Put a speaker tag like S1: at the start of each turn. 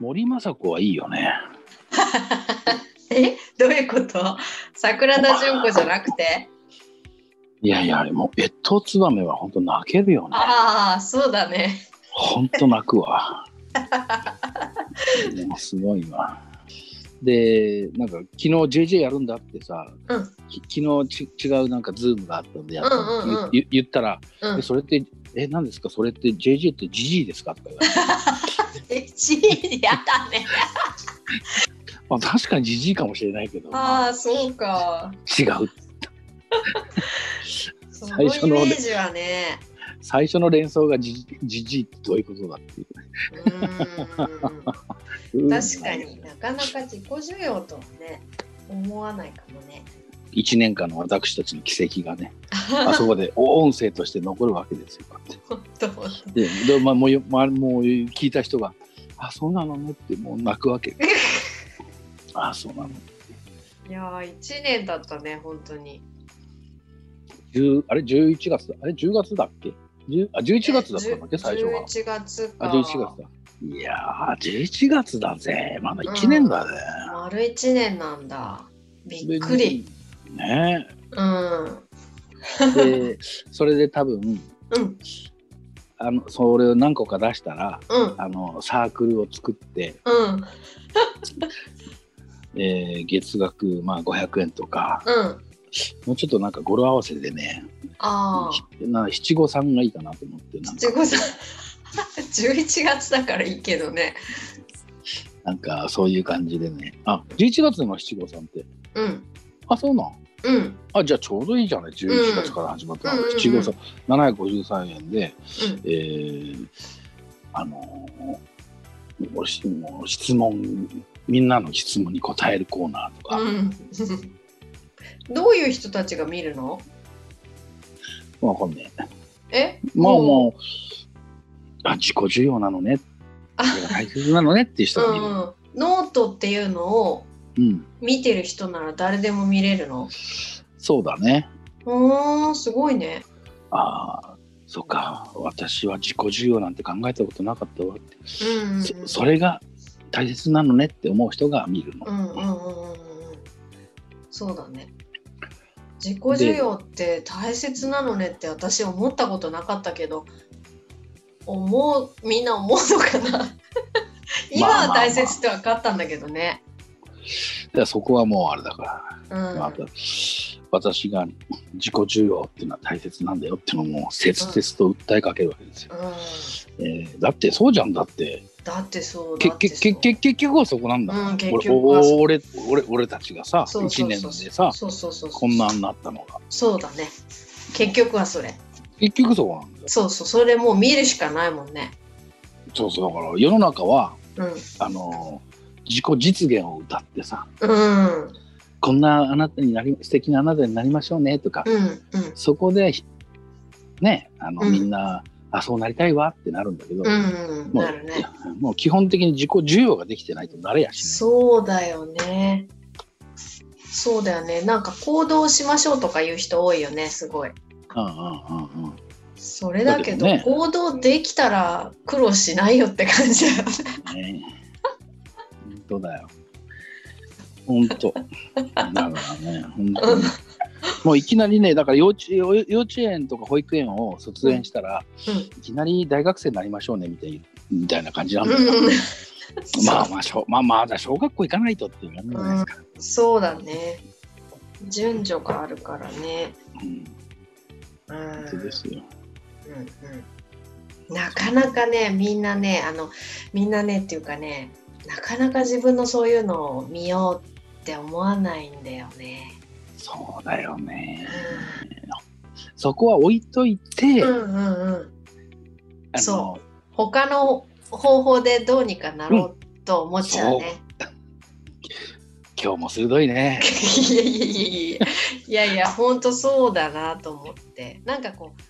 S1: 森昌子はいいよね。
S2: えどういうこと桜田淳子じゃなくて
S1: いやいや、あれもう、越冬ツバメは本当泣けるよね。
S2: ああそうだね
S1: 本当泣くわ。もうすごいわ。で、なんか、昨日 JJ やるんだってさ、
S2: うん
S1: き昨日ち違うなんか、ズームがあったんでやったの、
S2: うんうんうん
S1: ゆゆ言ったら、
S2: うん
S1: えそれって、え、何ですかそれって JJ ってジジイですかとか言われて。
S2: えジーやだね
S1: まあ、確かにジジイかもしれないけど、
S2: ああそうか
S1: 違う。
S2: その
S1: 最初の
S2: イメージはね
S1: 最初の連想がジジジジイってどういうことだっていう
S2: うーん
S1: うん。
S2: 確かになかなか自己需要とはね思わないかもね
S1: 1年間の私たちの奇跡が ね、あそこで音声として残るわけですよ。こうやっ
S2: 本当
S1: てでで、まあ、もうよまあもう聞いた人が、あ、そうなのねってもう泣くわけ。 あ、そうなの。
S2: いやー1年だったね本当に
S1: 10あれ、11月だ。あれ、10月だっけ10あ ?11 月だったんだっけ、
S2: じゅ
S1: 最初は。
S2: 11月か
S1: あ、11月だ。いやー、11月だぜ。まだ1年だぜ。
S2: 丸1年なんだびっくり
S1: で。ね
S2: うん
S1: え。で、それで多分、
S2: うん
S1: あのそれを何個か出したら、
S2: うん
S1: あのサークルを作って、
S2: うん
S1: えー月額、まあ、500円とか
S2: うん
S1: もうちょっとなんか語呂合わせでね
S2: ああ
S1: ひな七五三がいいかなと思ってなんか
S2: 七五 三11月だからいいけどね
S1: なんかそういう感じでねあ11月の七五三って
S2: うん
S1: あそうなん
S2: うんうん
S1: あじゃあちょうどいいじゃない11月から始まった
S2: うんうんうんうん
S1: 七五三753円で、えーあのーもうしもう質問みんなの質問に答えるコーナーとか、
S2: うんどういう人たちが見るの
S1: わかんねえ
S2: え
S1: まあ
S2: うん
S1: もうあ自己需要なのね
S2: あ
S1: それが大切なのねっていう人がいる
S2: う、んうんノートっていうのを
S1: うん、
S2: 見てる人なら誰でも見れるの
S1: そうだね。
S2: おーすごいね
S1: ああ、そっか。私は自己需要なんて考えたことなかったわって。
S2: うんうんうん
S1: そそれが大切なのねって思う人が見るの。
S2: うんうんうんうんうんそうだね自己需要って大切なのねって私思ったことなかったけど思うみんな思うのか な今は大切って分かったんだけどね、
S1: だからそこはもうあれだから。また私が自己需要っていうのは大切なんだよっていうのをもう切々と訴えかけるわけですよ。
S2: うん、うん、
S1: えーだってそうじゃんだって
S2: だってそうだ
S1: け
S2: っ
S1: け
S2: てそう
S1: けけ結局はそこなんだから、
S2: うん結
S1: 俺
S2: 局はそう
S1: 俺俺俺たちがさ
S2: そう
S1: 1
S2: そう
S1: 年
S2: そう
S1: でさ
S2: そうそうそうそう
S1: こんなになったのが
S2: そうだね結局はそれ
S1: 結局そこなんだよ。
S2: そうそうそれもう見るしかないもんね
S1: そうそうだから世の中は
S2: うん
S1: あの自己実現を歌ってさ
S2: うんうん
S1: こんなあなたになり素敵なあなたになりましょうねとか、
S2: うん
S1: そこでひねあの、
S2: うん
S1: みんなあそうなりたいわってなるんだけど、
S2: うんうん
S1: もう
S2: なるね
S1: もう基本的に自己需要ができてないとなれやし
S2: そうだよね。そうだよね。なんか行動しましょうとか言う人多いよね、すごい。
S1: ない、うんうんうんうん、
S2: それだけど、
S1: だけどね
S2: 行動できたら苦労しないよって感じだよね。
S1: ね本当だよ本当だからね本当にもういきなりねだから幼稚幼幼稚園とか保育園を卒園したら、
S2: うん
S1: いきなり大学生になりましょうねみたいなみたいな感 じなんだよ、
S2: うん
S1: まあまあしょまあまあだ小学校行かないとっていう感じじゃないですか、
S2: そうだね。順序があるからね。
S1: うん、
S2: うん
S1: 本当ですよ
S2: うんうんなかなかね、みんなね、あの、みんなねっていうかね、なかなか自分のそういうのを見ようって思わないんだよね。
S1: そうだよね
S2: うん
S1: そこは置いといて、
S2: う
S1: あ
S2: んうんうん、
S1: の
S2: そ他の方法でどうにかなろうと思っちゃうね。
S1: 今日も鋭いね
S2: いやいやいやいやいやいや本当そうだなと思ってなんかこう